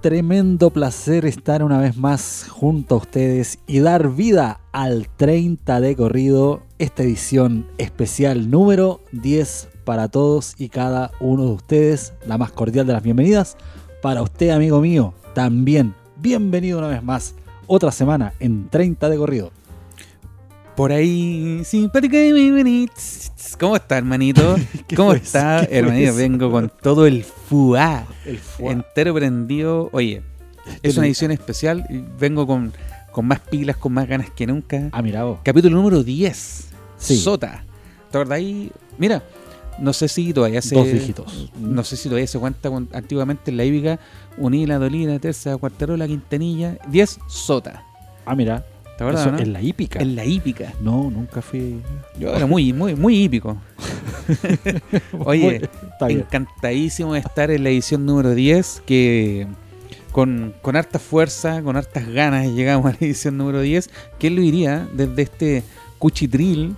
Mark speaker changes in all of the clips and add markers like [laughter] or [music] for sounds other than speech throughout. Speaker 1: tremendo placer estar una vez más junto a ustedes y dar vida al 30 de corrido, esta edición especial número 10 para todos y cada uno de ustedes. La más cordial de las bienvenidas. Para usted, amigo mío, también bienvenido una vez más. Otra semana en 30 de corrido.
Speaker 2: Por ahí, simpática y bienvenida. ¿Cómo está, hermanito?
Speaker 1: [laughs] ¿Qué
Speaker 2: ¿Cómo
Speaker 1: fue
Speaker 2: está,
Speaker 1: eso? ¿Qué fue
Speaker 2: hermanito?
Speaker 1: eso?
Speaker 2: Vengo con todo el fuá.
Speaker 1: El fuá.
Speaker 2: Entero prendido. Oye, es una edición especial. y Vengo con, con más pilas, con más ganas que nunca.
Speaker 1: Ah, mira vos.
Speaker 2: Capítulo número 10.
Speaker 1: Sí.
Speaker 2: Sota. ¿Te acordáis? Mira, no sé si todavía se.
Speaker 1: Dos dígitos.
Speaker 2: No sé si todavía se cuenta con- antiguamente en la hípica. Unila, Dolina, Terza, Cuartarola, Quintanilla. 10. Sota.
Speaker 1: Ah, mira.
Speaker 2: ¿Te acuerdas?
Speaker 1: Eso
Speaker 2: no?
Speaker 1: en la hípica.
Speaker 2: En la hípica.
Speaker 1: No, nunca fui.
Speaker 2: Yo era muy, muy, muy
Speaker 1: [laughs]
Speaker 2: hípico. Oye,
Speaker 1: está bien.
Speaker 2: Encantadísimo de estar en la edición número 10, que con, con harta fuerza, con hartas ganas llegamos a la edición número 10. ¿Quién lo diría desde este cuchitril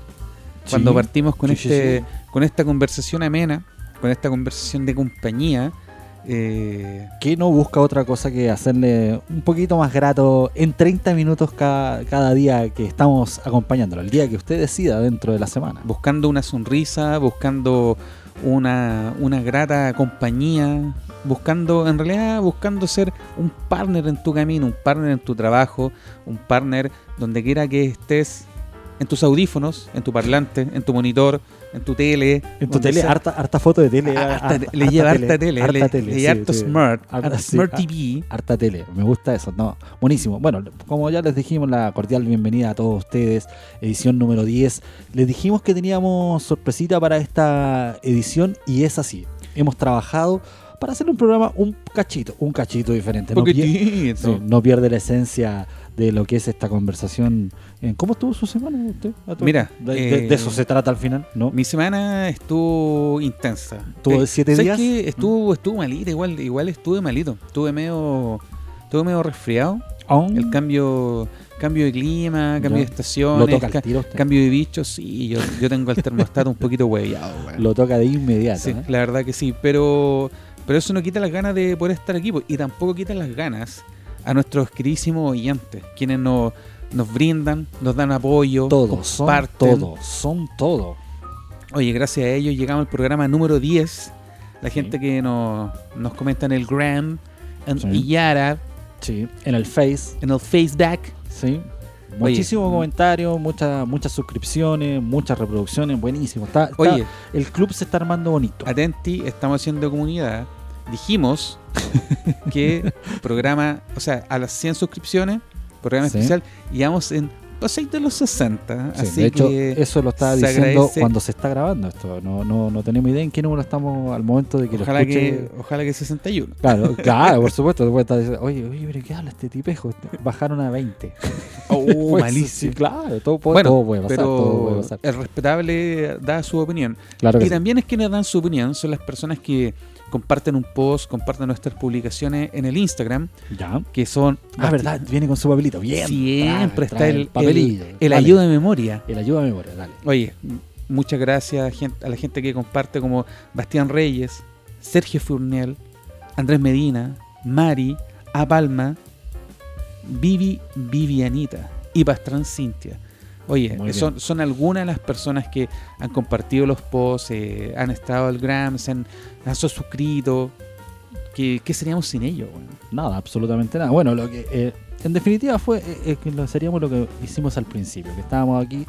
Speaker 2: cuando
Speaker 1: Sí,
Speaker 2: partimos con,
Speaker 1: sí, sí,
Speaker 2: este,
Speaker 1: sí.
Speaker 2: con esta conversación amena, con esta conversación de compañía? eh,
Speaker 1: que no busca otra cosa que hacerle un poquito más grato en 30 minutos cada, cada día que estamos acompañándolo, el día que usted decida dentro de la semana.
Speaker 2: buscando una sonrisa, buscando una, una grata compañía, buscando, en realidad, buscando ser un partner en tu camino, un partner en tu trabajo, un partner donde quiera que estés, en tus audífonos, en tu parlante, en tu monitor, en tu tele.
Speaker 1: En tu
Speaker 2: donde
Speaker 1: tele,
Speaker 2: sea.
Speaker 1: harta, harta foto de tele.
Speaker 2: Ah, harta
Speaker 1: harta-
Speaker 2: te- le lleva harta
Speaker 1: tele,
Speaker 2: tele, le- le
Speaker 1: sí,
Speaker 2: lleva harto
Speaker 1: sí.
Speaker 2: smart,
Speaker 1: Harta-
Speaker 2: harta
Speaker 1: sí,
Speaker 2: smart
Speaker 1: ah.
Speaker 2: TV.
Speaker 1: Harta tele, me gusta eso, no, buenísimo. Bueno, como ya les dijimos, la cordial bienvenida a todos ustedes, edición número 10. Les dijimos que teníamos sorpresita para esta edición y es así. Hemos trabajado para hacer un programa un cachito, un cachito diferente. No pie-
Speaker 2: Poquitito.
Speaker 1: Sí, no pierde la esencia de lo que es esta conversación. Eh, ¿Cómo estuvo su semana usted? A todo-
Speaker 2: Mira,
Speaker 1: de, de-
Speaker 2: eh,
Speaker 1: de eso se trata al final, ¿no?
Speaker 2: Mi semana estuvo intensa.
Speaker 1: ¿Tuvo siete
Speaker 2: ¿sabes
Speaker 1: días? Mm.
Speaker 2: qué? Estuvo, estuvo malita, igual, igual estuve malito. Estuve medio, estuve medio resfriado.
Speaker 1: Ah,
Speaker 2: El cambio, cambio de clima, cambio de
Speaker 1: Ya.
Speaker 2: estaciones,
Speaker 1: lo toca al
Speaker 2: ca-
Speaker 1: tiro usted.
Speaker 2: cambio de bichos. Sí, yo, yo tengo el termostato un poquito hueviado. weón.
Speaker 1: Lo toca de inmediato.
Speaker 2: Sí,
Speaker 1: ¿eh?
Speaker 2: la verdad que sí. Pero, pero eso no quita las ganas de poder estar aquí. po, Y tampoco quita las ganas a nuestros queridísimos oyentes, quienes nos, nos brindan, nos dan apoyo,
Speaker 1: Todos, son
Speaker 2: comparten.
Speaker 1: todo, son todo.
Speaker 2: Oye, gracias a ellos llegamos al programa número 10. La gente que nos, nos comenta en el Gram, en
Speaker 1: Sí.
Speaker 2: Iyara,
Speaker 1: Sí, en el Face,
Speaker 2: en el Facebook.
Speaker 1: sí. Muchísimos
Speaker 2: mm.
Speaker 1: comentarios, muchas muchas suscripciones, muchas reproducciones, buenísimo. Está, está-
Speaker 2: Oye,
Speaker 1: el club se está armando bonito.
Speaker 2: atenti, estamos haciendo comunidad. Dijimos
Speaker 1: [laughs]
Speaker 2: que programa, o sea, a las 100 suscripciones, programa
Speaker 1: Sí.
Speaker 2: especial, y vamos en 6 de los 60.
Speaker 1: Sí,
Speaker 2: así
Speaker 1: de hecho,
Speaker 2: que
Speaker 1: eso lo estaba
Speaker 2: se
Speaker 1: diciendo
Speaker 2: agradece.
Speaker 1: cuando se está grabando esto. No, no, no tenemos idea en qué número estamos al momento de que
Speaker 2: ojalá,
Speaker 1: lo escuche.
Speaker 2: que, ojalá que 61.
Speaker 1: Claro, claro, por supuesto. Después está diciendo, oye, oye, pero ¿qué habla este tipejo? Bajaron a
Speaker 2: [laughs]
Speaker 1: 20.
Speaker 2: Oh,
Speaker 1: [laughs] [laughs] Pues,
Speaker 2: malísimo.
Speaker 1: sí, claro, todo puede,
Speaker 2: Bueno,
Speaker 1: todo puede pasar. todo puede
Speaker 2: pero
Speaker 1: pasar.
Speaker 2: el respetable da su opinión.
Speaker 1: Claro que
Speaker 2: Y
Speaker 1: sí.
Speaker 2: también es quienes dan su opinión, son las personas que comparten un post, comparten nuestras publicaciones en el Instagram,
Speaker 1: Ya.
Speaker 2: que son...
Speaker 1: Ah, verdad, viene con su papelito. Bien. trae-
Speaker 2: Siempre está
Speaker 1: trae
Speaker 2: el,
Speaker 1: papelillo.
Speaker 2: el- el
Speaker 1: Dale,
Speaker 2: ayuda de memoria.
Speaker 1: El ayuda a memoria, dale.
Speaker 2: Oye, m- muchas gracias a, gen- a la gente que comparte como Bastián Reyes, Sergio Furnel, Andrés Medina, Mari, A Palma, Vivi Vivianita y Pastrán Cintia. Oye,
Speaker 1: Muy bien.
Speaker 2: son, son algunas de las personas que han compartido los posts, eh, han estado al gram, se han, han suscrito. ¿Qué, qué seríamos sin ellos? weón?
Speaker 1: Nada, absolutamente nada. Bueno, lo que eh, en definitiva fue eh, eh, que lo seríamos lo que hicimos al principio, que estábamos aquí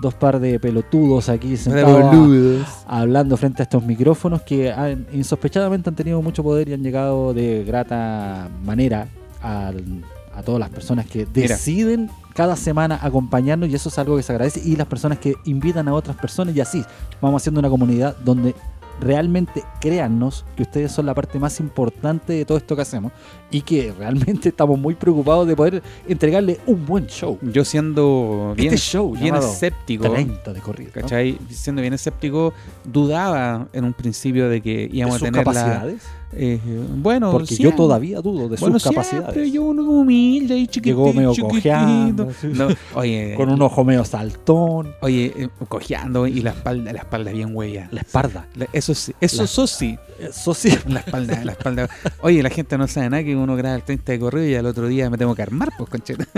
Speaker 1: dos par de pelotudos aquí sentados a- hablando frente a estos micrófonos que han- insospechadamente han tenido mucho poder y han llegado de grata manera al- a todas las personas que
Speaker 2: Mira.
Speaker 1: deciden cada semana acompañarnos y eso es algo que se agradece y las personas que invitan a otras personas y así vamos haciendo una comunidad donde realmente créannos que ustedes son la parte más importante de todo esto que hacemos y que realmente [laughs] estamos muy preocupados de poder entregarle un buen show.
Speaker 2: Yo siendo bien,
Speaker 1: este show
Speaker 2: bien
Speaker 1: llamado
Speaker 2: escéptico,
Speaker 1: 30 de corrido. ¿no?
Speaker 2: ¿cachai? Siendo bien escéptico, dudaba en un principio de que
Speaker 1: De
Speaker 2: íbamos a
Speaker 1: sus
Speaker 2: tener la,
Speaker 1: capacidades.
Speaker 2: Eh, bueno,
Speaker 1: Porque
Speaker 2: siempre-
Speaker 1: yo todavía dudo de
Speaker 2: bueno,
Speaker 1: sus capacidades.
Speaker 2: Pero yo uno como humilde y chiquitito.
Speaker 1: Llegó medio
Speaker 2: chiquitito.
Speaker 1: cojeando, así.
Speaker 2: No, oye,
Speaker 1: [laughs] Con un ojo medio saltón,
Speaker 2: oye, eh, cojeando y la espalda, la espalda bien huella.
Speaker 1: la espalda.
Speaker 2: Eso sí, eso,
Speaker 1: La-
Speaker 2: eso sí,
Speaker 1: Eso sí.
Speaker 2: [laughs] la espalda,
Speaker 1: [laughs]
Speaker 2: la espalda. Oye, la gente no sabe nada que uno graba el 30 de corrido y al otro día me tengo que armar, pues, concheta. [laughs]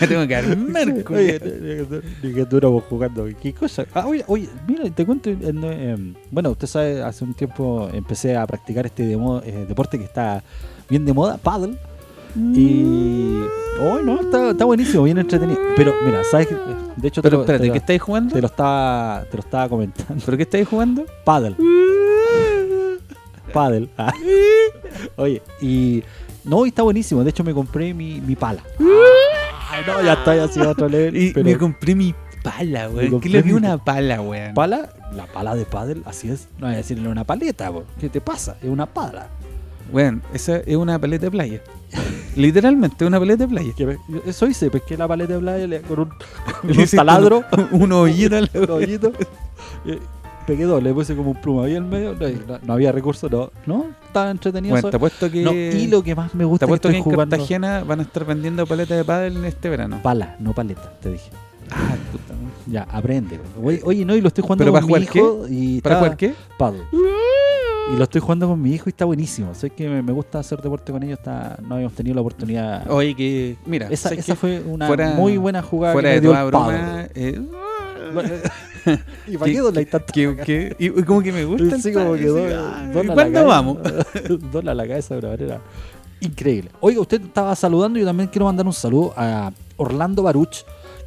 Speaker 2: me tengo que armar,
Speaker 1: Oye,
Speaker 2: culiao.
Speaker 1: ni que duramos jugando. ¿Qué cosa? Ah, oye, oye, mira, te cuento. eh, no, eh, bueno, usted sabe, hace un tiempo empecé a practicar este de moda- eh, deporte que está bien de moda, paddle.
Speaker 2: Mm.
Speaker 1: Y. Oh, no, está, está buenísimo, bien entretenido. Pero, mira, ¿sabes? qué? De hecho, te, lo,
Speaker 2: Pero
Speaker 1: te,
Speaker 2: espérate,
Speaker 1: lo-
Speaker 2: ¿qué estáis jugando?
Speaker 1: te lo estaba, te lo estaba comentando. [laughs]
Speaker 2: ¿Pero qué estáis jugando?
Speaker 1: Paddle. paddle. [laughs] Ah. Oye, y. No, y está buenísimo. De hecho, me compré mi, mi [laughs] pala. Ah, no, ya estoy así a otro [laughs] level.
Speaker 2: Y
Speaker 1: pero-
Speaker 2: me compré mi pala, weón. ¿Qué
Speaker 1: compré
Speaker 2: le vi
Speaker 1: mi-
Speaker 2: una pala, weón?
Speaker 1: pala, la pala de pádel, así es, no voy a decirle una paleta, po. ¿qué te pasa? Es una pala.
Speaker 2: Weón, esa es una paleta de playa. Literalmente, una paleta de playa.
Speaker 1: Que pe- Eso hice, pesqué la paleta de playa le- [laughs] con un, con [laughs]
Speaker 2: Le
Speaker 1: un
Speaker 2: hiciste
Speaker 1: taladro,
Speaker 2: [laughs] Un, un hoyito al-
Speaker 1: [laughs] un hoyito, eh, pegué dos, le puse como un pluma ahí en medio, no, no- no había recursos, no, no, estaba entretenido.
Speaker 2: Weón,
Speaker 1: eso.
Speaker 2: te apuesto que.
Speaker 1: No, y lo que más me
Speaker 2: te
Speaker 1: gusta es que
Speaker 2: apuesto que
Speaker 1: estoy
Speaker 2: en
Speaker 1: jugando
Speaker 2: Cartagena van a estar vendiendo paletas de pádel este verano.
Speaker 1: pala, no paleta, te dije.
Speaker 2: Ah, puta. weón.
Speaker 1: Ya, aprende. po. Oye, oye, no, y lo estoy jugando
Speaker 2: ¿Pero
Speaker 1: con
Speaker 2: para
Speaker 1: mi
Speaker 2: jugar qué?
Speaker 1: hijo y
Speaker 2: ¿Para
Speaker 1: está-
Speaker 2: jugar qué?
Speaker 1: pádel. Y lo estoy jugando con mi hijo y está buenísimo. Sé que me me gusta hacer deporte con ellos, está, no habíamos tenido la oportunidad
Speaker 2: Oye, Oh, que. Mira,
Speaker 1: Esa,
Speaker 2: ¿sabes
Speaker 1: esa
Speaker 2: qué?
Speaker 1: fue una
Speaker 2: fuera-
Speaker 1: muy buena jugada
Speaker 2: fuera
Speaker 1: que
Speaker 2: de
Speaker 1: me dio
Speaker 2: toda
Speaker 1: el
Speaker 2: [laughs] broma. eh,
Speaker 1: pádel. [laughs] ¿Y para
Speaker 2: Que-
Speaker 1: qué Donald tanto?
Speaker 2: que, que- y, y como que me gusta. el
Speaker 1: Sí, como
Speaker 2: pádel,
Speaker 1: que
Speaker 2: así,
Speaker 1: do-
Speaker 2: ah,
Speaker 1: dona
Speaker 2: ¿y
Speaker 1: la
Speaker 2: ¿Cuándo
Speaker 1: cabeza- [laughs]
Speaker 2: vamos?
Speaker 1: Dona la cabeza de una manera increíble. Oiga, usted estaba saludando y yo también quiero mandar un saludo a Orlando Baruch,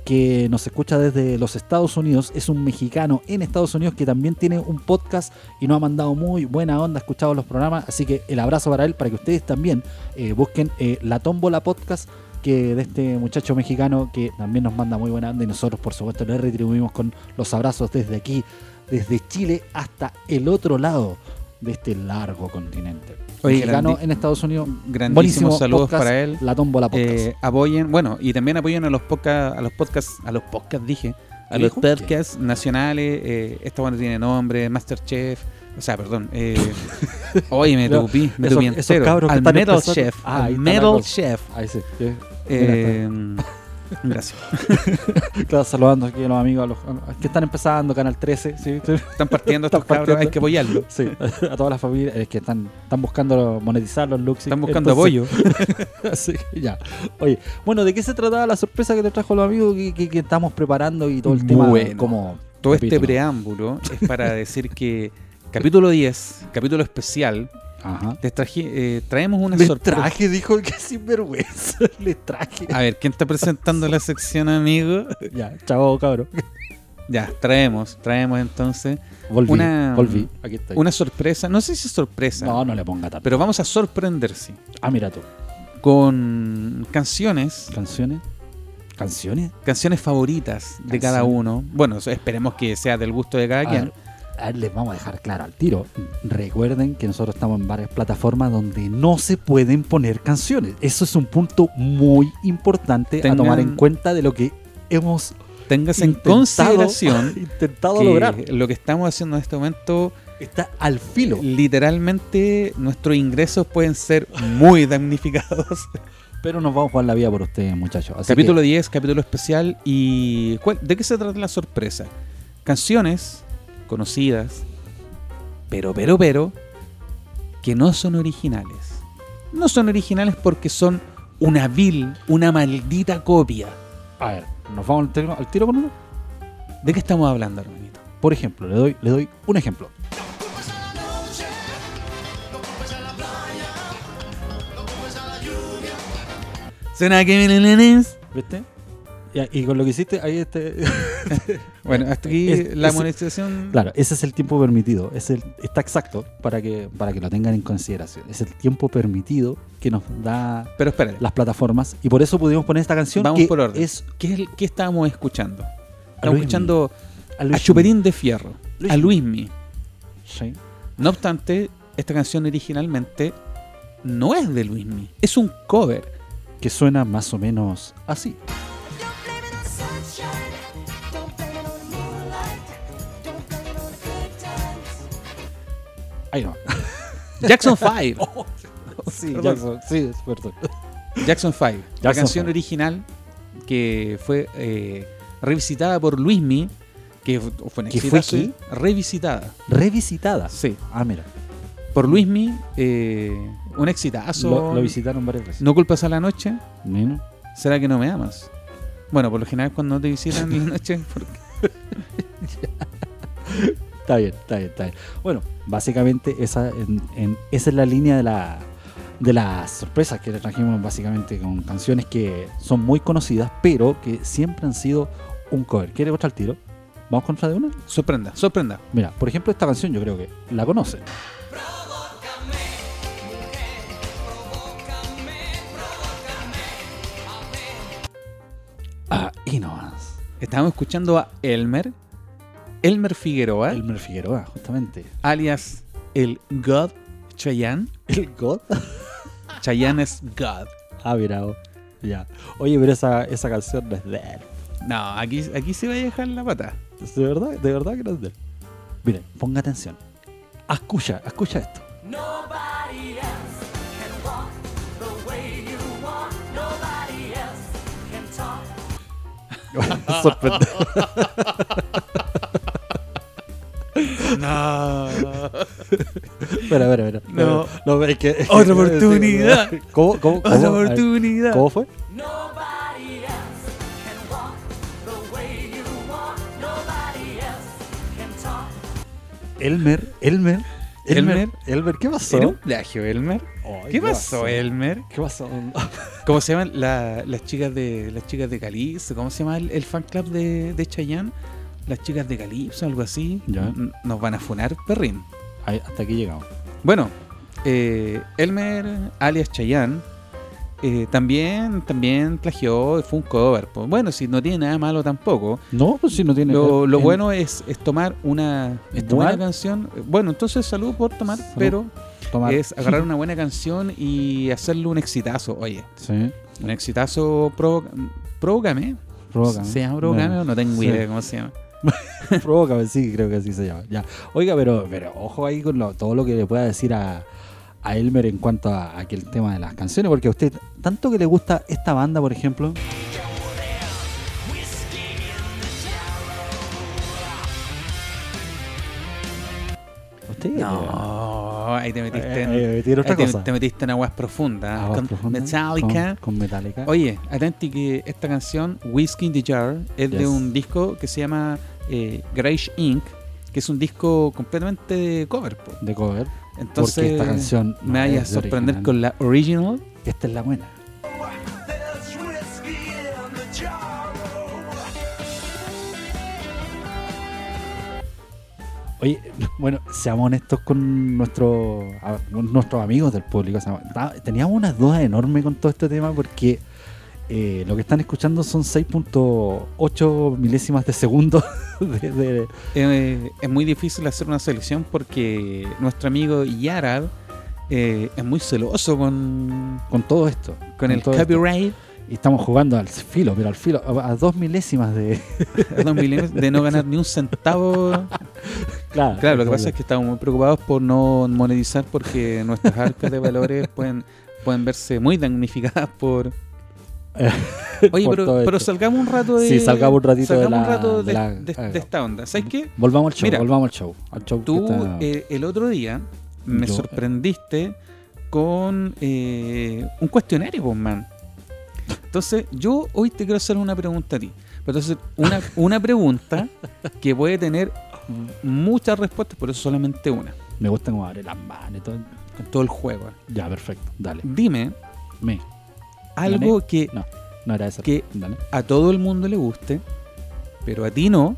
Speaker 1: que nos escucha desde los Estados Unidos. Es un mexicano en Estados Unidos que también tiene un podcast y nos ha mandado muy buena onda, ha escuchado los programas. Así que el abrazo para él, para que ustedes también eh, busquen eh, La Tómbola Podcast que de este muchacho mexicano que también nos manda muy buena onda y nosotros por supuesto le retribuimos con los abrazos desde aquí, desde Chile hasta el otro lado de este largo continente.
Speaker 2: Oye,
Speaker 1: mexicano
Speaker 2: grandi-
Speaker 1: en Estados Unidos, Buenísimo
Speaker 2: Grandísimos saludos
Speaker 1: podcast,
Speaker 2: para él.
Speaker 1: La Tómbola Podcast.
Speaker 2: Eh, apoyen, bueno, y también apoyen a los podcasts, a los podcasts, a los podcasts dije, a los
Speaker 1: ¿Dijo?
Speaker 2: podcasts nacionales, eh, esta buena tiene nombre, Masterchef, o sea, perdón,
Speaker 1: [laughs]
Speaker 2: eh, oye, me
Speaker 1: No,
Speaker 2: tupí, me
Speaker 1: esos-
Speaker 2: tupí
Speaker 1: esos
Speaker 2: entero,
Speaker 1: cabros que
Speaker 2: al
Speaker 1: están
Speaker 2: Metal
Speaker 1: empezando-
Speaker 2: Chef,
Speaker 1: Ah,
Speaker 2: al
Speaker 1: ahí está la
Speaker 2: Metal
Speaker 1: cosa.
Speaker 2: Chef,
Speaker 1: Ahí sí. eh,
Speaker 2: eh, gracias,
Speaker 1: Estaba saludando aquí a los amigos a los, a los que están empezando Canal 13, sí, sí,
Speaker 2: están
Speaker 1: [laughs]
Speaker 2: partiendo
Speaker 1: Están
Speaker 2: estos cabros, hay
Speaker 1: partiendo. [laughs]
Speaker 2: que apoyarlos,
Speaker 1: sí, a todas las familias eh, que están, están buscando monetizar los looks.
Speaker 2: están buscando
Speaker 1: Entonces,
Speaker 2: apoyo.
Speaker 1: [laughs] Así que ya. Oye, bueno, ¿de qué se trataba la sorpresa que te trajo los amigos que, que- que estamos preparando y todo el tema?
Speaker 2: Bueno,
Speaker 1: como
Speaker 2: Todo este
Speaker 1: capítulo?
Speaker 2: preámbulo
Speaker 1: [laughs]
Speaker 2: es para decir que capítulo 10, capítulo especial,
Speaker 1: Ajá.
Speaker 2: les traje, eh, traemos una
Speaker 1: Le
Speaker 2: sorpresa.
Speaker 1: traje, dijo que sinvergüenza. [laughs] Le traje.
Speaker 2: A ver, ¿quién está presentando la sección, amigo?
Speaker 1: Ya, chavo, cabrón.
Speaker 2: Ya, traemos, traemos entonces
Speaker 1: Volví.
Speaker 2: Una-
Speaker 1: volví. Aquí estoy.
Speaker 2: una sorpresa. No sé si es sorpresa,
Speaker 1: No, no le ponga tanto.
Speaker 2: pero vamos a sorprenderse
Speaker 1: Ah, mira tú.
Speaker 2: con canciones,
Speaker 1: ¿Canciones? ¿Canciones?
Speaker 2: canciones favoritas de cada
Speaker 1: Canciones.
Speaker 2: uno. Bueno, so- esperemos que sea del gusto de cada
Speaker 1: A
Speaker 2: quien.
Speaker 1: ver, a ver, les vamos a dejar claro al tiro. Recuerden que nosotros estamos en varias plataformas donde no se pueden poner canciones. Eso es un punto muy importante
Speaker 2: Tengan-
Speaker 1: a tomar en cuenta de lo que hemos
Speaker 2: Téngase en
Speaker 1: intentado-
Speaker 2: consideración
Speaker 1: [laughs] intentado
Speaker 2: que
Speaker 1: lograr.
Speaker 2: lo que estamos haciendo en este momento,
Speaker 1: Está al filo.
Speaker 2: literalmente nuestros ingresos pueden ser muy damnificados.
Speaker 1: Pero nos vamos a jugar la vida por ustedes, muchachos. Así
Speaker 2: capítulo 10, capítulo especial. ¿Y cuál- de qué se trata la sorpresa? Canciones conocidas, pero, pero, pero, que no son originales. No son originales porque son una vil, una maldita copia.
Speaker 1: que, a ver, nos vamos al tiro, al tiro con uno.
Speaker 2: ¿De qué estamos hablando, hermanito?
Speaker 1: Por ejemplo, le doy, le doy un ejemplo.
Speaker 2: ¿Será que vienen nenes?
Speaker 1: ¿Viste? Y, y con lo que hiciste, ahí este. [laughs]
Speaker 2: Bueno, hasta aquí
Speaker 1: Es-
Speaker 2: la
Speaker 1: es-
Speaker 2: monetización.
Speaker 1: claro, ese es el tiempo permitido. Es el, está exacto para que, para que lo tengan en consideración. Es el tiempo permitido que nos da
Speaker 2: Pero espérate,
Speaker 1: las plataformas. Y por eso pudimos poner esta canción.
Speaker 2: vamos
Speaker 1: que
Speaker 2: por orden.
Speaker 1: Es
Speaker 2: ¿Qué, es el- qué estábamos escuchando?
Speaker 1: a
Speaker 2: Estamos
Speaker 1: Luismi.
Speaker 2: escuchando
Speaker 1: A
Speaker 2: a
Speaker 1: Luismi.
Speaker 2: Chuperín de Fierro, a
Speaker 1: Luismi.
Speaker 2: Luismi.
Speaker 1: Sí.
Speaker 2: No obstante, esta canción originalmente no es de Luismi, es un cover.
Speaker 1: Que suena más o menos así.
Speaker 2: [laughs]
Speaker 1: Ahí no. [laughs]
Speaker 2: Jackson 5.
Speaker 1: Oh. sí,
Speaker 2: Oh, perdón.
Speaker 1: Jackson, sí, perdón.
Speaker 2: Jackson 5. la
Speaker 1: Jackson
Speaker 2: canción
Speaker 1: Five.
Speaker 2: original que fue eh, revisitada por Luismi, que fu- fue un
Speaker 1: ¿Que fue
Speaker 2: exitazo,
Speaker 1: qué?
Speaker 2: Revisitada,
Speaker 1: Revisitada.
Speaker 2: sí.
Speaker 1: Ah, mira.
Speaker 2: Por Luismi, eh, un exitazo.
Speaker 1: Lo, lo visitaron varias veces.
Speaker 2: no culpas a la noche,
Speaker 1: Bueno.
Speaker 2: ¿será que no me amas? Bueno, por lo general cuando te visitan en la noche, [laughs] porque-
Speaker 1: Está bien, está bien, está bien. Bueno, básicamente esa, en- en- esa es la línea de la de las sorpresas que le trajimos básicamente con canciones que son muy conocidas, pero que siempre han sido un cover. ¿Quiere otra al tiro? ¿Vamos contra de una?
Speaker 2: sorprenda, sorprenda.
Speaker 1: Mira, por ejemplo, esta canción yo creo que la conocen. Ah, y no más.
Speaker 2: Estábamos escuchando a Elmer, Elmer Figueroa,
Speaker 1: Elmer Figueroa, justamente.
Speaker 2: alias el God Chayanne.
Speaker 1: ¿El God?
Speaker 2: Chayanne es God.
Speaker 1: Ah, mirado. Ya. Oye, pero esa, esa canción no es de él.
Speaker 2: No, aquí, aquí se va a dejar la pata.
Speaker 1: ¿Es De verdad, de verdad que no es de él. Miren, ponga atención. Escucha, escucha esto.
Speaker 3: Nobody else can walk the way you walk. Nobody else can talk.
Speaker 1: [laughs] Sorprendente.
Speaker 2: No.
Speaker 1: Espera, espera, espera.
Speaker 2: No.
Speaker 1: no pero es que-
Speaker 2: Otra oportunidad.
Speaker 1: [laughs] ¿Cómo, cómo, cómo?
Speaker 2: Otra
Speaker 1: A ver,
Speaker 2: oportunidad.
Speaker 1: ¿Cómo fue?
Speaker 3: Nobody else can walk the way you walk. Nobody else can talk.
Speaker 1: Elmer, Elmer,
Speaker 2: Elmer.
Speaker 1: Elmer, Elmer, ¿qué pasó?
Speaker 2: ¿Era un plagio, Elmer?
Speaker 1: Ay,
Speaker 2: ¿Qué pasó, Elmer?
Speaker 1: ¿Qué pasó?
Speaker 2: ¿Cómo se llaman la- las chicas de las chicas de Calipso? ¿Cómo se llama el, el fan club de, de Chayanne? Las chicas de Calipso, algo así.
Speaker 1: Ya.
Speaker 2: N- Nos van a funar, perrín.
Speaker 1: Ahí, hasta aquí llegamos.
Speaker 2: Bueno, eh, Elmer, alias Chayanne, eh, también, también plagió, fue un cover. Pues bueno, si no tiene nada malo tampoco.
Speaker 1: No, pues si no tiene.
Speaker 2: Lo, lo
Speaker 1: en-
Speaker 2: bueno es, es tomar una
Speaker 1: ¿Es
Speaker 2: buena
Speaker 1: tomar?
Speaker 2: canción. Bueno, entonces salud por tomar,
Speaker 1: Salud.
Speaker 2: pero
Speaker 1: tomar.
Speaker 2: es agarrar una buena canción y hacerle un exitazo. Oye,
Speaker 1: [laughs] Sí,
Speaker 2: un exitazo provoca, provócame.
Speaker 1: provócame.
Speaker 2: ¿Se llama provócame o no tengo
Speaker 1: Sí.
Speaker 2: idea de cómo se llama?
Speaker 1: Provócame, sí, creo que así se llama. Ya. Oiga, pero, pero ojo ahí con lo- todo lo que le pueda decir a, a Elmer en cuanto a, a aquel tema de las canciones, porque a usted, tanto que le gusta esta banda, por ejemplo. Usted
Speaker 2: No, ahí te metiste
Speaker 1: Eh,
Speaker 2: en,
Speaker 1: eh, tiene otra
Speaker 2: ahí te,
Speaker 1: cosa.
Speaker 2: te metiste en aguas profundas.
Speaker 1: Aguas
Speaker 2: con
Speaker 1: profundas,
Speaker 2: Metallica.
Speaker 1: Con, con Metallica.
Speaker 2: Oye, atenti que esta canción, Whiskey in the Jar, es de
Speaker 1: Yes.
Speaker 2: un disco que se llama eh, Grayish Inc., que es un disco completamente de cover. po.
Speaker 1: de cover.
Speaker 2: Entonces,
Speaker 1: porque esta canción no
Speaker 2: me vaya a
Speaker 1: es de
Speaker 2: sorprender
Speaker 1: original.
Speaker 2: con la original.
Speaker 1: Esta es la buena.
Speaker 3: There's whiskey in the jar.
Speaker 1: Oye, [laughs] bueno, seamos honestos con nuestro, a- con nuestros amigos del público. o sea, ta- teníamos unas dudas enormes con todo este tema porque eh, lo que están escuchando son 6.8 milésimas de segundo. [laughs] de- de-
Speaker 2: Eh, es muy difícil hacer una selección porque nuestro amigo Yarab eh, es muy celoso con,
Speaker 1: con todo esto.
Speaker 2: con el
Speaker 1: todo esto.
Speaker 2: copyright
Speaker 1: Y estamos jugando al filo, pero al filo, a, a dos milésimas de... [laughs]
Speaker 2: a Don Williams de no ganar ni un centavo.
Speaker 1: Claro,
Speaker 2: Claro, lo que pasa es que estamos muy preocupados por no monetizar porque nuestras arcas de
Speaker 1: [laughs]
Speaker 2: valores pueden, pueden verse muy damnificadas por... Oye,
Speaker 1: Por todo
Speaker 2: pero, pero
Speaker 1: esto.
Speaker 2: salgamos un rato de...
Speaker 1: Sí, salgamos un ratito de
Speaker 2: salgamos un
Speaker 1: la-
Speaker 2: rato
Speaker 1: de
Speaker 2: de,
Speaker 1: la-
Speaker 2: de-
Speaker 1: ah,
Speaker 2: de esta onda. ¿Sabes qué?
Speaker 1: Volvamos al show,
Speaker 2: Mira,
Speaker 1: volvamos al show. al show que
Speaker 2: Tú
Speaker 1: está-
Speaker 2: eh, el otro día me
Speaker 1: Yo-
Speaker 2: sorprendiste con eh, un cuestionario, pues, man. Entonces, yo hoy te quiero hacer una pregunta a ti. Pero Entonces, una, una pregunta que puede tener muchas respuestas, pero solamente una.
Speaker 1: Me gusta como abre las manos y todo.
Speaker 2: En todo el juego.
Speaker 1: Ya, perfecto, dale.
Speaker 2: Dime
Speaker 1: Me.
Speaker 2: algo que
Speaker 1: No, no era eso.
Speaker 2: Que-
Speaker 1: Dale.
Speaker 2: a todo el mundo le guste, pero a ti no,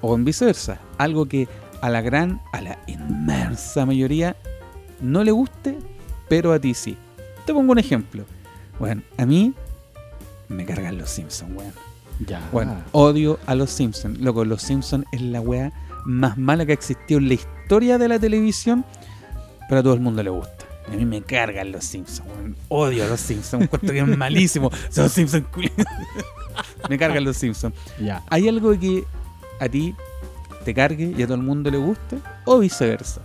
Speaker 2: o en viceversa. Algo que a la gran, a la inmensa mayoría no le guste, pero a ti sí. Te pongo un ejemplo. Bueno, a mí me cargan los Simpsons, weón.
Speaker 1: Ya.
Speaker 2: Bueno, odio a los Simpsons. Loco, los Simpsons es la weá más mala que ha existido en la historia de la televisión, pero a todo el mundo le gusta. A mí me cargan los Simpsons, weón. Odio a los Simpsons, cuento que es [laughs] malísimo. Son Simpsons culiados. [laughs] Me cargan los Simpsons.
Speaker 1: Ya.
Speaker 2: ¿Hay algo que a ti te cargue y a todo el mundo le guste? O viceversa.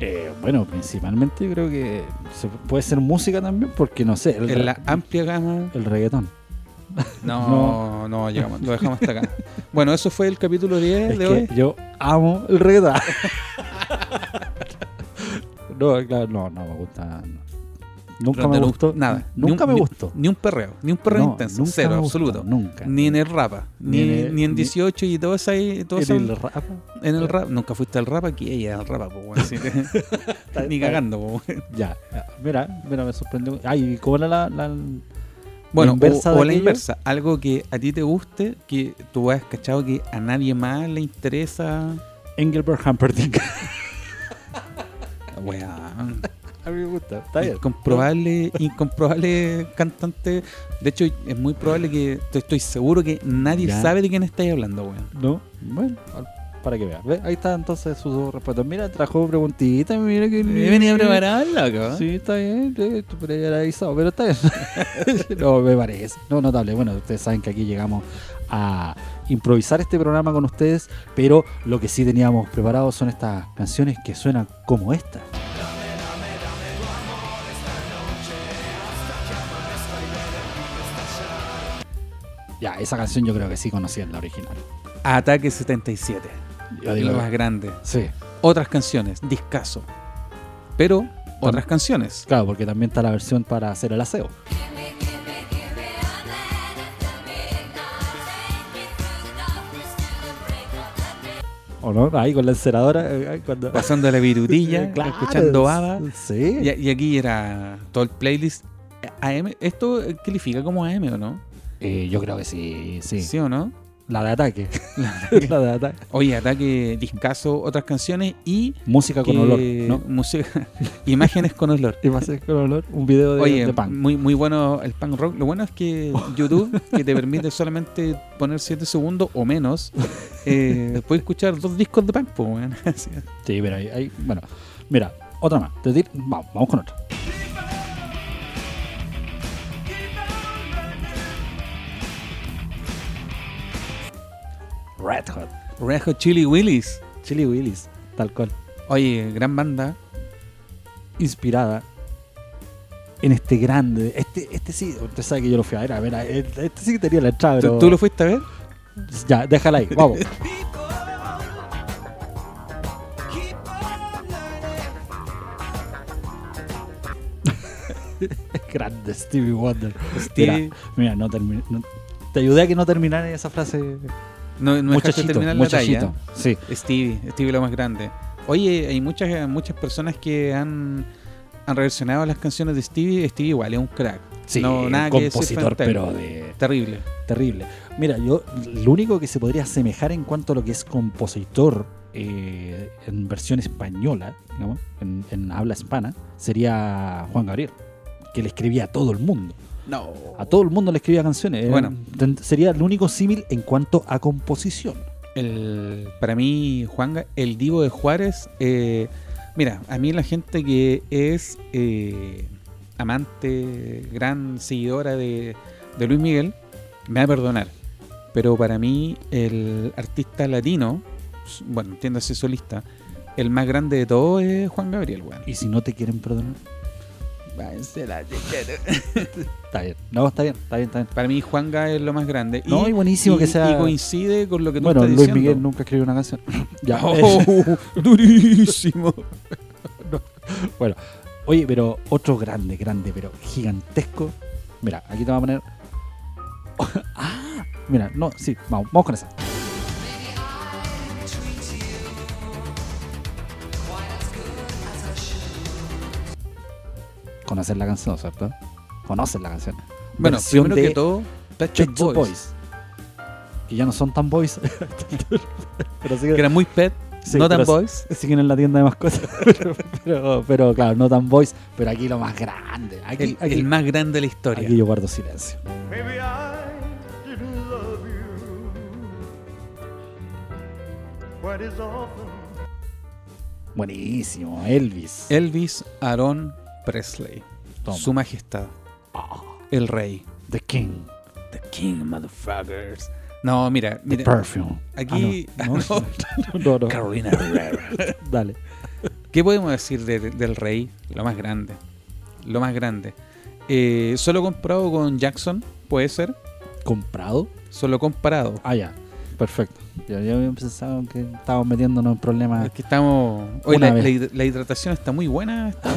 Speaker 1: Eh, bueno, principalmente yo creo que se- puede ser música también, porque no sé, el,
Speaker 2: En Pues la amplia gama.
Speaker 1: el reggaetón.
Speaker 2: No, no, llegamos, lo dejamos hasta acá. [laughs] Bueno, eso fue el capítulo 10
Speaker 1: Es
Speaker 2: de
Speaker 1: que
Speaker 2: hoy.
Speaker 1: yo amo el reggaetón.
Speaker 2: [laughs]
Speaker 1: no, claro, no, no me gusta. no. Nunca
Speaker 2: Donde
Speaker 1: me
Speaker 2: no-
Speaker 1: gustó.
Speaker 2: Nada. ni
Speaker 1: Nunca
Speaker 2: un-
Speaker 1: me
Speaker 2: ni-
Speaker 1: gustó.
Speaker 2: Ni un perreo, ni un perreo
Speaker 1: No,
Speaker 2: intenso,
Speaker 1: nunca
Speaker 2: cero,
Speaker 1: me gustó,
Speaker 2: absoluto.
Speaker 1: Nunca.
Speaker 2: Ni en el rapa, ni,
Speaker 1: Ni en
Speaker 2: ni,
Speaker 1: el-
Speaker 2: en
Speaker 1: ni-
Speaker 2: 18 y todo eso ahí. todo eso-
Speaker 1: En el
Speaker 2: [laughs]
Speaker 1: rap.
Speaker 2: en el rap, nunca fuiste al rapa, aquí ella al rapa, po, [laughs] weón, así que- ni cagando. po, weón.
Speaker 1: Ya, ya. Mira, mira, me sorprendió. Ay, ¿y ¿cómo era la, la-
Speaker 2: Bueno,
Speaker 1: inversa
Speaker 2: o,
Speaker 1: de
Speaker 2: o la
Speaker 1: aquello.
Speaker 2: inversa, algo que a ti te guste, que tú has cachado que a nadie más le interesa.
Speaker 1: Engelbert Humperdinck?
Speaker 2: Weón.
Speaker 1: [laughs] A mí me gusta, está bien.
Speaker 2: Incomprobable, incomprobable cantante. De hecho, es muy probable que estoy, estoy seguro que nadie
Speaker 1: Ya.
Speaker 2: sabe de quién estáis hablando, weón.
Speaker 1: No, bueno, al- para que veas. Ve, Ahí está entonces su respuesta. Mira, trajo preguntitas, mira que...
Speaker 2: Venía preparado, loco.
Speaker 1: Sí, está bien, eh, tú por ahí era avisado, pero está bien. [laughs] no, me parece. No, notable. Bueno, ustedes saben que aquí llegamos a improvisar este programa con ustedes, pero lo que sí teníamos preparado son estas canciones que suenan como esta. Ya, esa canción yo creo que sí conocían la original.
Speaker 2: Ataque 77.
Speaker 1: Yo digo,
Speaker 2: lo más grande.
Speaker 1: sí,
Speaker 2: Otras canciones, discaso. Pero otras canciones.
Speaker 1: claro, porque también está la versión para hacer el aseo. ¿O no? Ahí con la enceradora. eh, ahí cuando...
Speaker 2: Pasando la virutilla,
Speaker 1: Eh, [laughs] Claro,
Speaker 2: escuchando Ava.
Speaker 1: Sí.
Speaker 2: Y, y aquí era todo el playlist AM. ¿Esto califica como AM o no?
Speaker 1: Eh, yo creo que sí, sí.
Speaker 2: ¿Sí o no?
Speaker 1: La de ataque. [laughs] la de ataque.
Speaker 2: Oye, ataque, discaso, otras canciones y
Speaker 1: Música con
Speaker 2: que-
Speaker 1: olor, [laughs] ¿no?
Speaker 2: música, [laughs] imágenes con olor.
Speaker 1: Y más con olor, un video [laughs] de,
Speaker 2: Oye,
Speaker 1: de Oh. pan.
Speaker 2: Muy, muy bueno el punk rock. Lo bueno
Speaker 1: [laughs]
Speaker 2: es que YouTube, que te permite solamente poner 7 segundos o menos, eh, puedes escuchar dos discos de punk. po, weón. [laughs] Así es.
Speaker 1: Sí, pero ahí, ahí- bueno. Mira, otra más. Te dir- vamos, vamos con otra. Red Hot,
Speaker 2: Red Hot Chili Willis.
Speaker 1: Chili Willis, tal cual.
Speaker 2: Oye, gran banda.
Speaker 1: Inspirada en este grande. Este, este sí, usted sabe que yo lo fui a ver. A ver, a- este sí que tenía la entrada.
Speaker 2: ¿Tú,
Speaker 1: pero-
Speaker 2: tú lo fuiste a ver?
Speaker 1: Ya, déjala ahí,
Speaker 2: [laughs]
Speaker 1: vamos. Grande Stevie Wonder.
Speaker 2: Stevie-
Speaker 1: Mira, mira, no termi- no- te ayudé a que no terminara esa frase.
Speaker 2: No, no dejaste
Speaker 1: muchachito,
Speaker 2: terminar la talla.
Speaker 1: muchachito. Sí.
Speaker 2: Stevie, Stevie lo más grande. Oye, hay muchas, muchas personas que han, han reversionado las canciones de Stevie. Stevie igual es un crack.
Speaker 1: Sí,
Speaker 2: no, nada que decir
Speaker 1: compositor,
Speaker 2: frente a él.
Speaker 1: pero de
Speaker 2: Terrible.
Speaker 1: terrible. Mira, yo lo único que se podría asemejar en cuanto a lo que es compositor eh, en versión española, digamos, en, en habla hispana, sería Juan Gabriel, que le escribía a todo el mundo.
Speaker 2: No.
Speaker 1: A todo el mundo le escribía canciones. Era-
Speaker 2: Bueno.
Speaker 1: ten- sería el único símil en cuanto a composición.
Speaker 2: El, para mí, Juanga, el divo de Juárez. eh, mira, a mí la gente que es eh, amante, gran seguidora de, de Luis Miguel, me va a perdonar. Pero para mí, el artista latino, s- bueno, entiéndase solista, el más grande de todos es Juan Gabriel, weón.
Speaker 1: Y si no te quieren perdonar,
Speaker 2: Váyanse la chingada.
Speaker 1: está bien. No, está bien, está bien, está bien.
Speaker 2: Para mí, Juanga es lo más grande.
Speaker 1: No, y buenísimo
Speaker 2: y-
Speaker 1: que sea-
Speaker 2: y coincide con lo que tú
Speaker 1: Bueno,
Speaker 2: estás
Speaker 1: Luis
Speaker 2: diciendo.
Speaker 1: Miguel nunca escribió una canción. [laughs] ya.
Speaker 2: [laughs] Oh, durísimo.
Speaker 1: Oye, pero otro grande, grande, pero gigantesco. Mira, aquí te voy a poner. [laughs] ah, mira, no, sí, vamos, vamos con esa. Conocer la canción, ¿cierto? Conocer la canción.
Speaker 2: Bueno,
Speaker 1: Versión
Speaker 2: primero
Speaker 1: de
Speaker 2: que todo, Pet Shop
Speaker 1: Pet Shop
Speaker 2: Boys,
Speaker 1: Boys. Que ya no son tan boys. [laughs] pero siguen,
Speaker 2: Que era muy pet,
Speaker 1: Sí,
Speaker 2: no tan
Speaker 1: pero-
Speaker 2: boys.
Speaker 1: siguen en la tienda de
Speaker 2: [laughs]
Speaker 1: mascotas. pero, pero, pero, claro, no tan boys. Pero aquí lo más grande. Aquí,
Speaker 2: el,
Speaker 1: aquí-
Speaker 2: el más grande de la historia.
Speaker 1: Aquí yo guardo silencio.
Speaker 3: Maybe I didn't love you quite as often.
Speaker 1: Buenísimo, Elvis.
Speaker 2: Elvis Aaron Presley.
Speaker 1: Toma.
Speaker 2: Eh,
Speaker 1: Ah.
Speaker 2: Su majestad. El rey.
Speaker 1: The King.
Speaker 2: The king, motherfuckers. No, mira,
Speaker 1: The
Speaker 2: mira.
Speaker 1: Perfume.
Speaker 2: [laughs]
Speaker 1: [laughs]
Speaker 2: Aquí. Ah,
Speaker 1: Ah, no, no,
Speaker 2: Carolina Herrera.
Speaker 1: dale.
Speaker 2: ¿Qué podemos decir de- de- del rey? Lo más grande. Lo más grande. Eh, solo comparado con Jackson, puede ser.
Speaker 1: ¿Comprado?
Speaker 2: Solo comparado.
Speaker 1: Ah, ya. Perfecto. Yo, yo había pensado que estábamos metiéndonos en problemas
Speaker 2: Es que estamos.
Speaker 1: Ah.
Speaker 2: Oye,
Speaker 1: Una
Speaker 2: la,
Speaker 1: vez.
Speaker 2: la hid- la hidratación está muy buena. está-
Speaker 1: [laughs]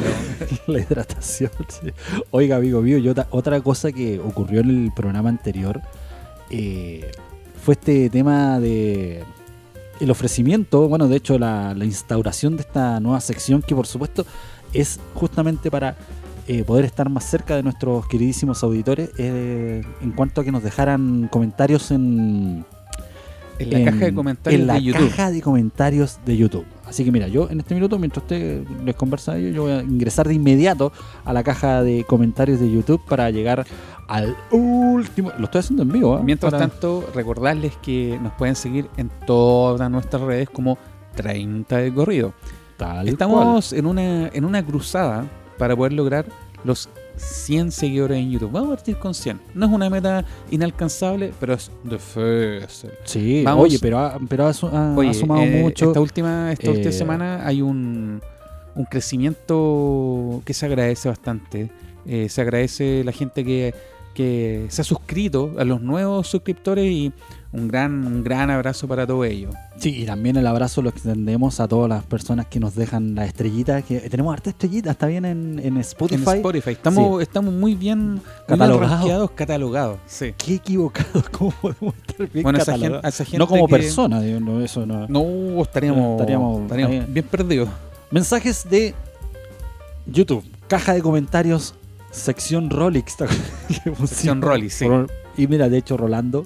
Speaker 1: la hidratación. sí. Oiga, amigo mío, yo ta- otra cosa que ocurrió en el programa anterior eh, fue este tema de el ofrecimiento, bueno, de hecho la, la instauración de esta nueva sección que por supuesto es justamente para eh, poder estar más cerca de nuestros queridísimos auditores eh, en cuanto a que nos dejaran comentarios en,
Speaker 2: en la caja de comentarios
Speaker 1: en la
Speaker 2: de YouTube.
Speaker 1: caja de comentarios de YouTube. Así que mira, yo en este minuto, mientras usted les conversa a ellos, yo voy a ingresar de inmediato a la caja de comentarios de YouTube para llegar al último. Lo estoy haciendo en vivo, ¿eh?
Speaker 2: Mientras
Speaker 1: Para-
Speaker 2: tanto, recordarles que nos pueden seguir en todas nuestras redes como 30 de corrido.
Speaker 1: tal cual.
Speaker 2: Estamos en una, en una cruzada para poder lograr los 100 seguidores en YouTube. Vamos a partir con 100. No es una meta inalcanzable, pero es de fe.
Speaker 1: Sí,
Speaker 2: Vamos.
Speaker 1: oye, pero ha, pero ha, su- ha- ha
Speaker 2: Oye,
Speaker 1: sumado
Speaker 2: eh,
Speaker 1: mucho.
Speaker 2: Esta última, esta última
Speaker 1: Eh,
Speaker 2: semana hay un, un crecimiento que se agradece bastante. Eh, se agradece la gente que, que se ha suscrito, a los nuevos suscriptores y un gran, un gran abrazo para todos ellos.
Speaker 1: Sí, y también el abrazo lo extendemos a todas las personas que nos dejan la estrellita. que eh, Tenemos harta estrellita, está bien en, en Spotify.
Speaker 2: En Spotify. Estamos, estamos muy bien muy bien
Speaker 1: Catalogados.
Speaker 2: rankeados, catalogados. Sí.
Speaker 1: Qué equivocado, [laughs] cómo podemos estar bien
Speaker 2: Bueno, esa
Speaker 1: catalogados?
Speaker 2: gen- esa gente
Speaker 1: No como
Speaker 2: que-
Speaker 1: persona, digo, no, eso no.
Speaker 2: No, estaríamos,
Speaker 1: Estaríamos-
Speaker 2: estaríamos bien perdidos. [laughs]
Speaker 1: Mensajes de YouTube, caja de comentarios, sección Rolex. [laughs] ¿te acuerdas que pusimos?
Speaker 2: Sección Rolex, sí.
Speaker 1: Ro- Y mira, de hecho, Rolando,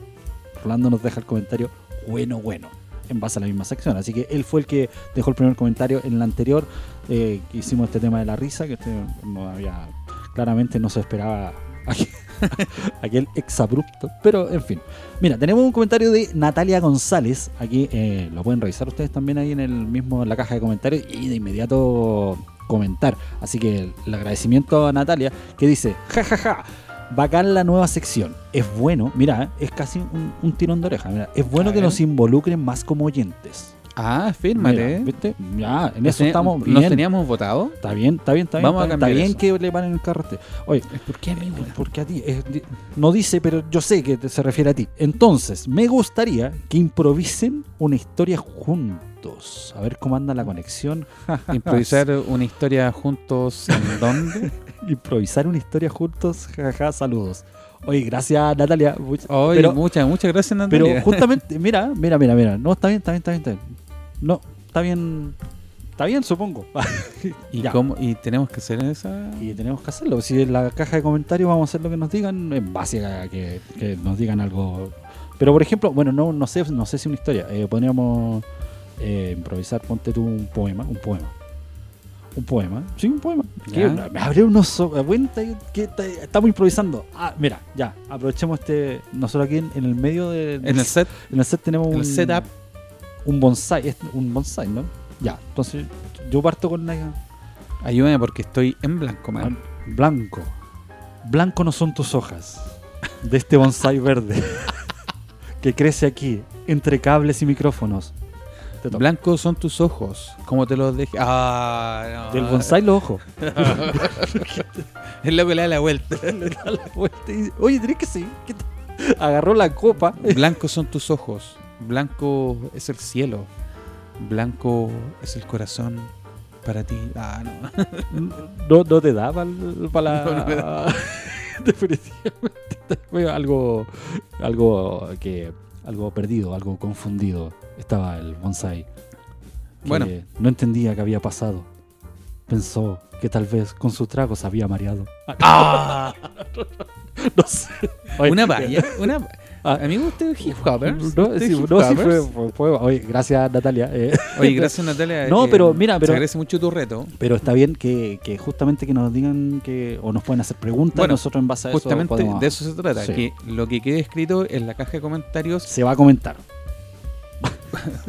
Speaker 1: Rolando nos deja el comentario bueno, bueno, en base a la misma sección. Así que él fue el que dejó el primer comentario en la anterior, eh, que hicimos este tema de la risa, que este no había, claramente no se esperaba [laughs] aquel, aquel exabrupto. Pero, en fin. Mira, tenemos un comentario de Natalia González. Aquí eh, lo pueden revisar ustedes también ahí en el mismo en la caja de comentarios y de inmediato comentar. Así que el, el agradecimiento a Natalia que dice, jajaja, ja, ja, bacán la nueva sección. Es bueno, mira, eh, es casi un, un tirón de oreja. mira, es bueno
Speaker 2: A
Speaker 1: que
Speaker 2: ver.
Speaker 1: nos involucren más como oyentes.
Speaker 2: Ah, fírmate.
Speaker 1: Mira,
Speaker 2: eh.
Speaker 1: ¿viste? Ya, en
Speaker 2: Nos
Speaker 1: eso
Speaker 2: teni-
Speaker 1: estamos bien.
Speaker 2: Nos teníamos votado.
Speaker 1: Está bien, está bien, está bien.
Speaker 2: Vamos a
Speaker 1: está,
Speaker 2: cambiar
Speaker 1: está bien
Speaker 2: eso.
Speaker 1: que le paren el carro a usted. Oye,
Speaker 2: ¿Por qué, amigo?
Speaker 1: porque a ti, eh, di- no dice, pero yo sé que te- se refiere a ti. Entonces, me gustaría que improvisen una historia juntos. A ver cómo anda la conexión. [laughs]
Speaker 2: Improvisar una historia juntos en dónde.
Speaker 1: Improvisar una historia juntos, jaja, saludos. Oye, gracias Natalia. Much-
Speaker 2: Oye,
Speaker 1: pero,
Speaker 2: muchas, muchas gracias,
Speaker 1: pero
Speaker 2: Natalia.
Speaker 1: justamente, mira, mira, mira, mira. No, está bien, está bien, está bien, está bien. No, está bien. Está bien, supongo. [laughs]
Speaker 2: ¿Y,
Speaker 1: ya.
Speaker 2: cómo- y tenemos que hacer esa.
Speaker 1: Y tenemos que hacerlo. Si en la caja de comentarios vamos a hacer lo que nos digan, en base a que, que nos digan algo. Pero por ejemplo, bueno, no, no sé, no sé si una historia. Eh, podríamos eh, improvisar, ponte tú un poema, un poema. Un poema, sí, un poema. Que-
Speaker 2: Ya.
Speaker 1: Me abre unos so- cuenta y que ta- estamos improvisando. Ah, mira, ya, aprovechemos este. Nosotros aquí en, en el medio de,
Speaker 2: En el set,
Speaker 1: en el set tenemos
Speaker 2: en
Speaker 1: un
Speaker 2: el setup.
Speaker 1: Un bonsai, es un bonsai, ¿no? Ya, entonces yo parto con la
Speaker 2: Ayúdame porque estoy en blanco, man.
Speaker 1: Blanco. Blanco no son tus hojas. De este bonsai [laughs] verde. que crece aquí, entre cables y micrófonos. Te toca.
Speaker 2: Blancos son tus ojos. Como te los dejé. Ah, no.
Speaker 1: Del bonsai los [laughs] ojos.
Speaker 2: [laughs] Es lo que le da la vuelta.
Speaker 1: Le da la vuelta y dice, Oye, tenés que seguir. ¿qué te-?" Agarró la copa.
Speaker 2: Blancos son tus ojos. Blanco es el cielo. Blanco es el corazón para ti. Ah, no.
Speaker 1: No, no te da para la.
Speaker 2: [laughs] No, no me
Speaker 1: [laughs] Definitivamente. Fue algo. Algo que. Algo perdido, algo confundido. Estaba el bonsai. que
Speaker 2: Bueno,
Speaker 1: no entendía que había pasado. Pensó que tal vez con sus tragos había
Speaker 2: [laughs]
Speaker 1: mareado. [laughs] no sé. Oye, [laughs]
Speaker 2: Ah. una valla. Una...
Speaker 1: Ah.
Speaker 2: Amigo, usted es hip hoppers.
Speaker 1: No,
Speaker 2: ¿Usted es
Speaker 1: sí,
Speaker 2: hip
Speaker 1: no, sí
Speaker 2: hoppers?
Speaker 1: fue, fue- fue- Oye, gracias Natalia. eh.
Speaker 2: Oye, gracias Natalia.
Speaker 1: No, pero mira, pero-
Speaker 2: Te agradece mucho tu reto.
Speaker 1: Pero está bien que, que justamente que nos digan que o nos pueden hacer preguntas
Speaker 2: Bueno,
Speaker 1: y nosotros en base a
Speaker 2: Justamente
Speaker 1: eso podemos-
Speaker 2: de eso se trata.
Speaker 1: Sí.
Speaker 2: Que lo que quede escrito en la caja de comentarios
Speaker 1: se va a comentar.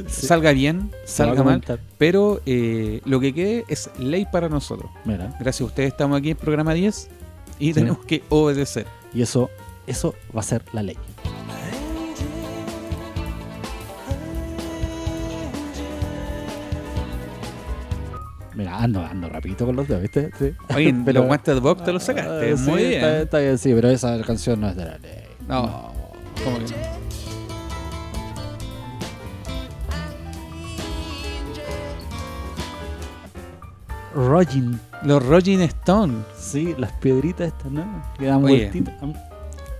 Speaker 2: salga bien,
Speaker 1: Se va a
Speaker 2: salga mal,
Speaker 1: comentar.
Speaker 2: pero eh, lo que quede es ley para nosotros.
Speaker 1: Mira,
Speaker 2: Gracias a ustedes estamos aquí en programa 10 y tenemos que obedecer.
Speaker 1: y eso eso va a ser la ley. Mira, ando, ando rapidito con los dedos, ¿viste? Sí. [laughs]
Speaker 2: Oye,
Speaker 1: Pero-
Speaker 2: los guantes de Bob te los sacaste.
Speaker 1: Ah, sí,
Speaker 2: Muy bien.
Speaker 1: Está, está bien, sí, pero esa canción no es de la ley.
Speaker 2: No. ¿Cómo que?
Speaker 1: Rogin,
Speaker 2: Los Rolling Stone.
Speaker 1: sí, las piedritas estas, ¿no? Que dan
Speaker 2: Oye.
Speaker 1: vueltita.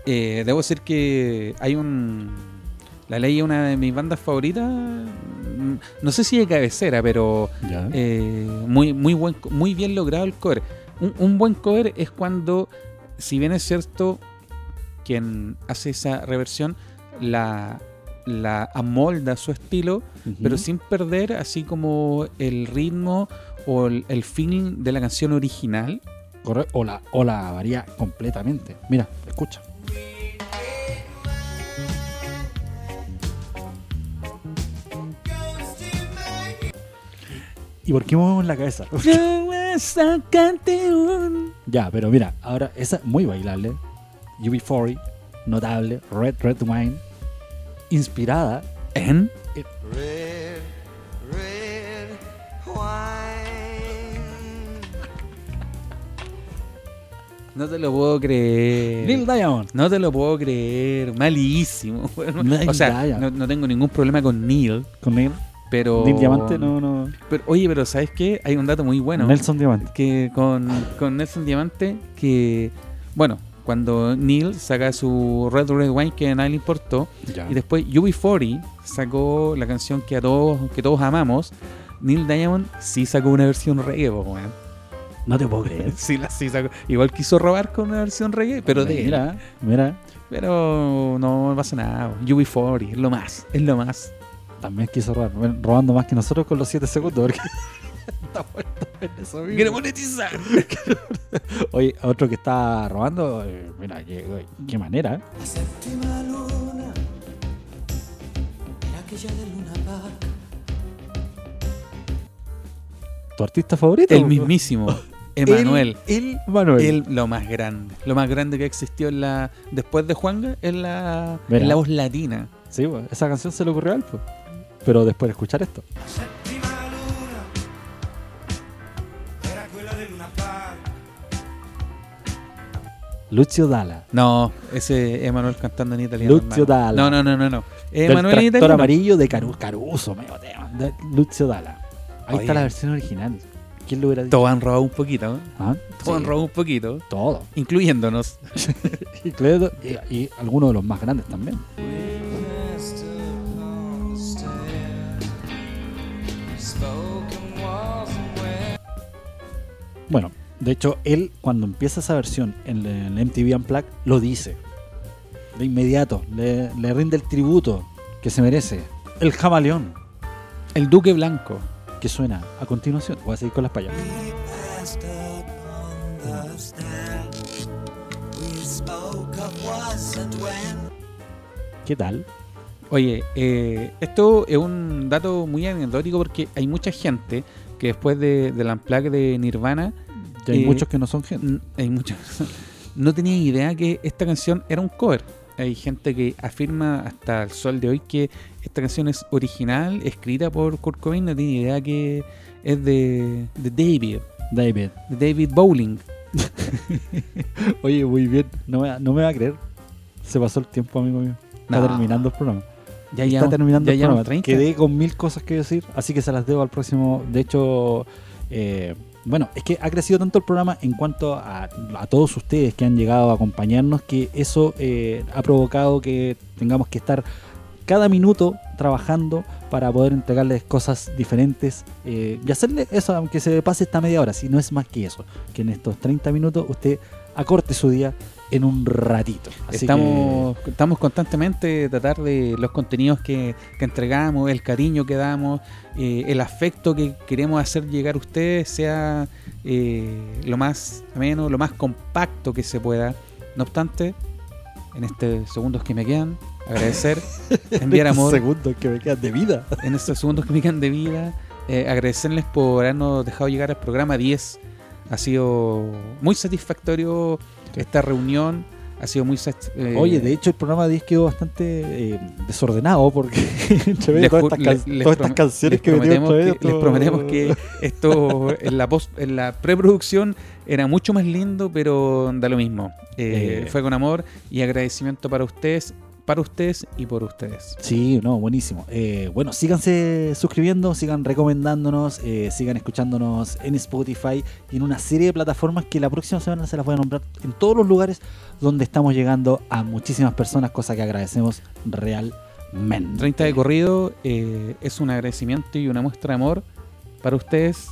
Speaker 2: Eh, debo decir que hay un. La ley es una de mis bandas favoritas. mm, No sé si de cabecera, pero
Speaker 1: Ya.
Speaker 2: eh, muy, muy, buen, muy bien logrado el cover. Un, un buen cover es cuando, si bien es cierto, quien hace esa reversión la, la amolda a su estilo,
Speaker 1: Ujú.
Speaker 2: pero sin perder así como el ritmo o el, el feeling de la canción original.
Speaker 1: Corre- o, la, o la varía completamente. Mira, escucha. ¿Y por qué movemos la cabeza? ya, pero mira, ahora esa muy bailable. UB40, notable, Red Red Wine, inspirada.
Speaker 2: ¿En?
Speaker 4: Red, red wine.
Speaker 2: No te lo puedo creer.
Speaker 1: Neil Diamond.
Speaker 2: No te lo puedo creer. Malísimo. [laughs]
Speaker 1: Neil
Speaker 2: o sea,
Speaker 1: Diamond.
Speaker 2: no, no tengo ningún problema con Neil,
Speaker 1: Con Neil,
Speaker 2: pero.
Speaker 1: Neil Diamante, no, no.
Speaker 2: Pero, oye, pero ¿sabes qué? Hay un dato muy bueno.
Speaker 1: Nelson Diamante.
Speaker 2: Que con, con Nelson Diamante, que. Bueno, cuando Neil saca su Red Red Wine, que a nadie le importó,
Speaker 1: Ya.
Speaker 2: y después UB40 sacó la canción que a todos, que todos amamos. Neil Diamond sí sacó una versión reggae, po,
Speaker 1: [laughs]
Speaker 2: weón.
Speaker 1: No te puedo creer.
Speaker 2: Sí, la- sí sacó. Igual quiso robar con una versión reggae, pero de él.
Speaker 1: mira, mira.
Speaker 2: Pero no pasa nada. UB40 es lo más, es lo más.
Speaker 1: También quiso robar, bueno, robando más que nosotros con los 7 segundos, porque [laughs] está puesto en eso mismo.
Speaker 2: Quiere monetizar.
Speaker 1: Oye, a otro que está robando, eh, mira, qué, oye, qué manera. ¿eh?
Speaker 4: La séptima luna era aquella de Luna Park.
Speaker 1: Tu artista favorito.
Speaker 2: El mismísimo, Emanuel.
Speaker 1: [laughs] El, Manuel.
Speaker 2: El, lo más grande. Lo más grande que existió en la, después de Juanga es la,
Speaker 1: Verá.
Speaker 2: en la voz latina.
Speaker 1: Sí, bueno, esa canción se le ocurrió a él, pues. Pero después de escuchar esto.
Speaker 4: La séptima luna era quella de Luna Park.
Speaker 1: Lucio Dalla.
Speaker 2: No, ese Emanuel cantando en italiano.
Speaker 1: Lucio
Speaker 2: hermano.
Speaker 1: Dalla.
Speaker 2: No, no, no, no. no.
Speaker 1: Del
Speaker 2: Emanuel en
Speaker 1: tractor
Speaker 2: italiano.
Speaker 1: amarillo de Caru- Caruso, medio tema. de Lucio Dalla. Ahí
Speaker 2: Oye.
Speaker 1: está la versión original. ¿Quién lo hubiera dicho?
Speaker 2: Todos han robado un poquito. ¿eh?
Speaker 1: Ah,
Speaker 2: Todos
Speaker 1: sí,
Speaker 2: han robado un poquito.
Speaker 1: todo.
Speaker 2: Incluyéndonos.
Speaker 1: [laughs] Y, Cledo- y- y algunos de los más grandes también.
Speaker 4: We passed upon the stair. Spoken wasn't where.
Speaker 1: Bueno, de hecho, él cuando empieza esa versión en el- en el MTV Unplugged, lo dice. De inmediato, le, le rinde el tributo que se merece. El jamaleón,
Speaker 2: El Duque Blanco.
Speaker 1: que suena a continuación. Voy a seguir con las payas.
Speaker 4: We passed upon the stair. We spoke of wasn't when.
Speaker 1: ¿Qué tal?
Speaker 2: Oye, eh, esto es un dato muy anecdótico porque hay mucha gente que después de, del Unplugged de Nirvana,
Speaker 1: Ya hay
Speaker 2: Eh,
Speaker 1: muchos que no son gente.
Speaker 2: n- hay mucha, no tenía idea que esta canción era un cover. Hay gente que afirma hasta el sol de hoy que esta canción es original, escrita por Kurt Cobain, no tiene idea que es de, de David,
Speaker 1: David.
Speaker 2: de David Bowling.
Speaker 1: [laughs] Oye, muy bien. No me, va- no me va a creer. Se pasó el tiempo, amigo mío. Está
Speaker 2: No.
Speaker 1: terminando el programa. Está
Speaker 2: Ya llevamos-
Speaker 1: terminando
Speaker 2: ya
Speaker 1: el
Speaker 2: llevamos
Speaker 1: programa.
Speaker 2: 30.
Speaker 1: Quedé con mil cosas que decir, así que se las debo al próximo. De hecho, eh, bueno, es que ha crecido tanto el programa en cuanto a, a todos ustedes que han llegado a acompañarnos que eso eh, ha provocado que tengamos que estar cada minuto trabajando para poder entregarles cosas diferentes eh, y hacerle eso, aunque se pase esta media hora, si no es más que eso, que en estos 30 minutos usted acorte su día en un ratito. Así que-
Speaker 2: estamos, estamos constantemente tratar de los contenidos que, que entregamos, el cariño que damos, eh, el afecto que queremos hacer llegar a ustedes sea eh, lo más ameno, lo más compacto que se pueda. No obstante, en estos segundos que me quedan,
Speaker 1: [laughs]
Speaker 2: agradecer, enviar
Speaker 1: estos
Speaker 2: amor,
Speaker 1: segundos que me quedan de vida.
Speaker 2: en estos segundos que me quedan de vida, eh, agradecerles por habernos dejado llegar al programa 10. Ha sido muy satisfactorio esta reunión. ha sido muy... sat- eh,
Speaker 1: Oye, de hecho el programa 10 quedó bastante eh, desordenado porque [laughs] entre medio
Speaker 2: les
Speaker 1: todas estas,
Speaker 2: ju- les-
Speaker 1: can-
Speaker 2: les
Speaker 1: todas estas
Speaker 2: prome-
Speaker 1: canciones
Speaker 2: les
Speaker 1: que metió
Speaker 2: prometemos
Speaker 1: otra vez,
Speaker 2: que- Les
Speaker 1: esto-
Speaker 2: prometemos que esto [laughs] en la, post- en la preproducción era mucho más lindo, pero da lo mismo. Eh,
Speaker 1: Eh.
Speaker 2: Fue con amor y agradecimiento para ustedes, para ustedes y por ustedes.
Speaker 1: Sí, no, buenísimo. Eh, bueno, síganse suscribiendo, sigan recomendándonos, eh, sigan escuchándonos en Spotify y en una serie de plataformas que la próxima semana se las voy a nombrar en todos los lugares donde estamos llegando a muchísimas personas, cosa que agradecemos realmente.
Speaker 2: 30 de corrido eh, es un agradecimiento y una muestra de amor para ustedes.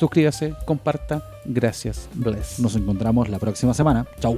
Speaker 2: Suscríbase, comparta. Gracias. Bless.
Speaker 1: Nos encontramos la próxima semana. Chau.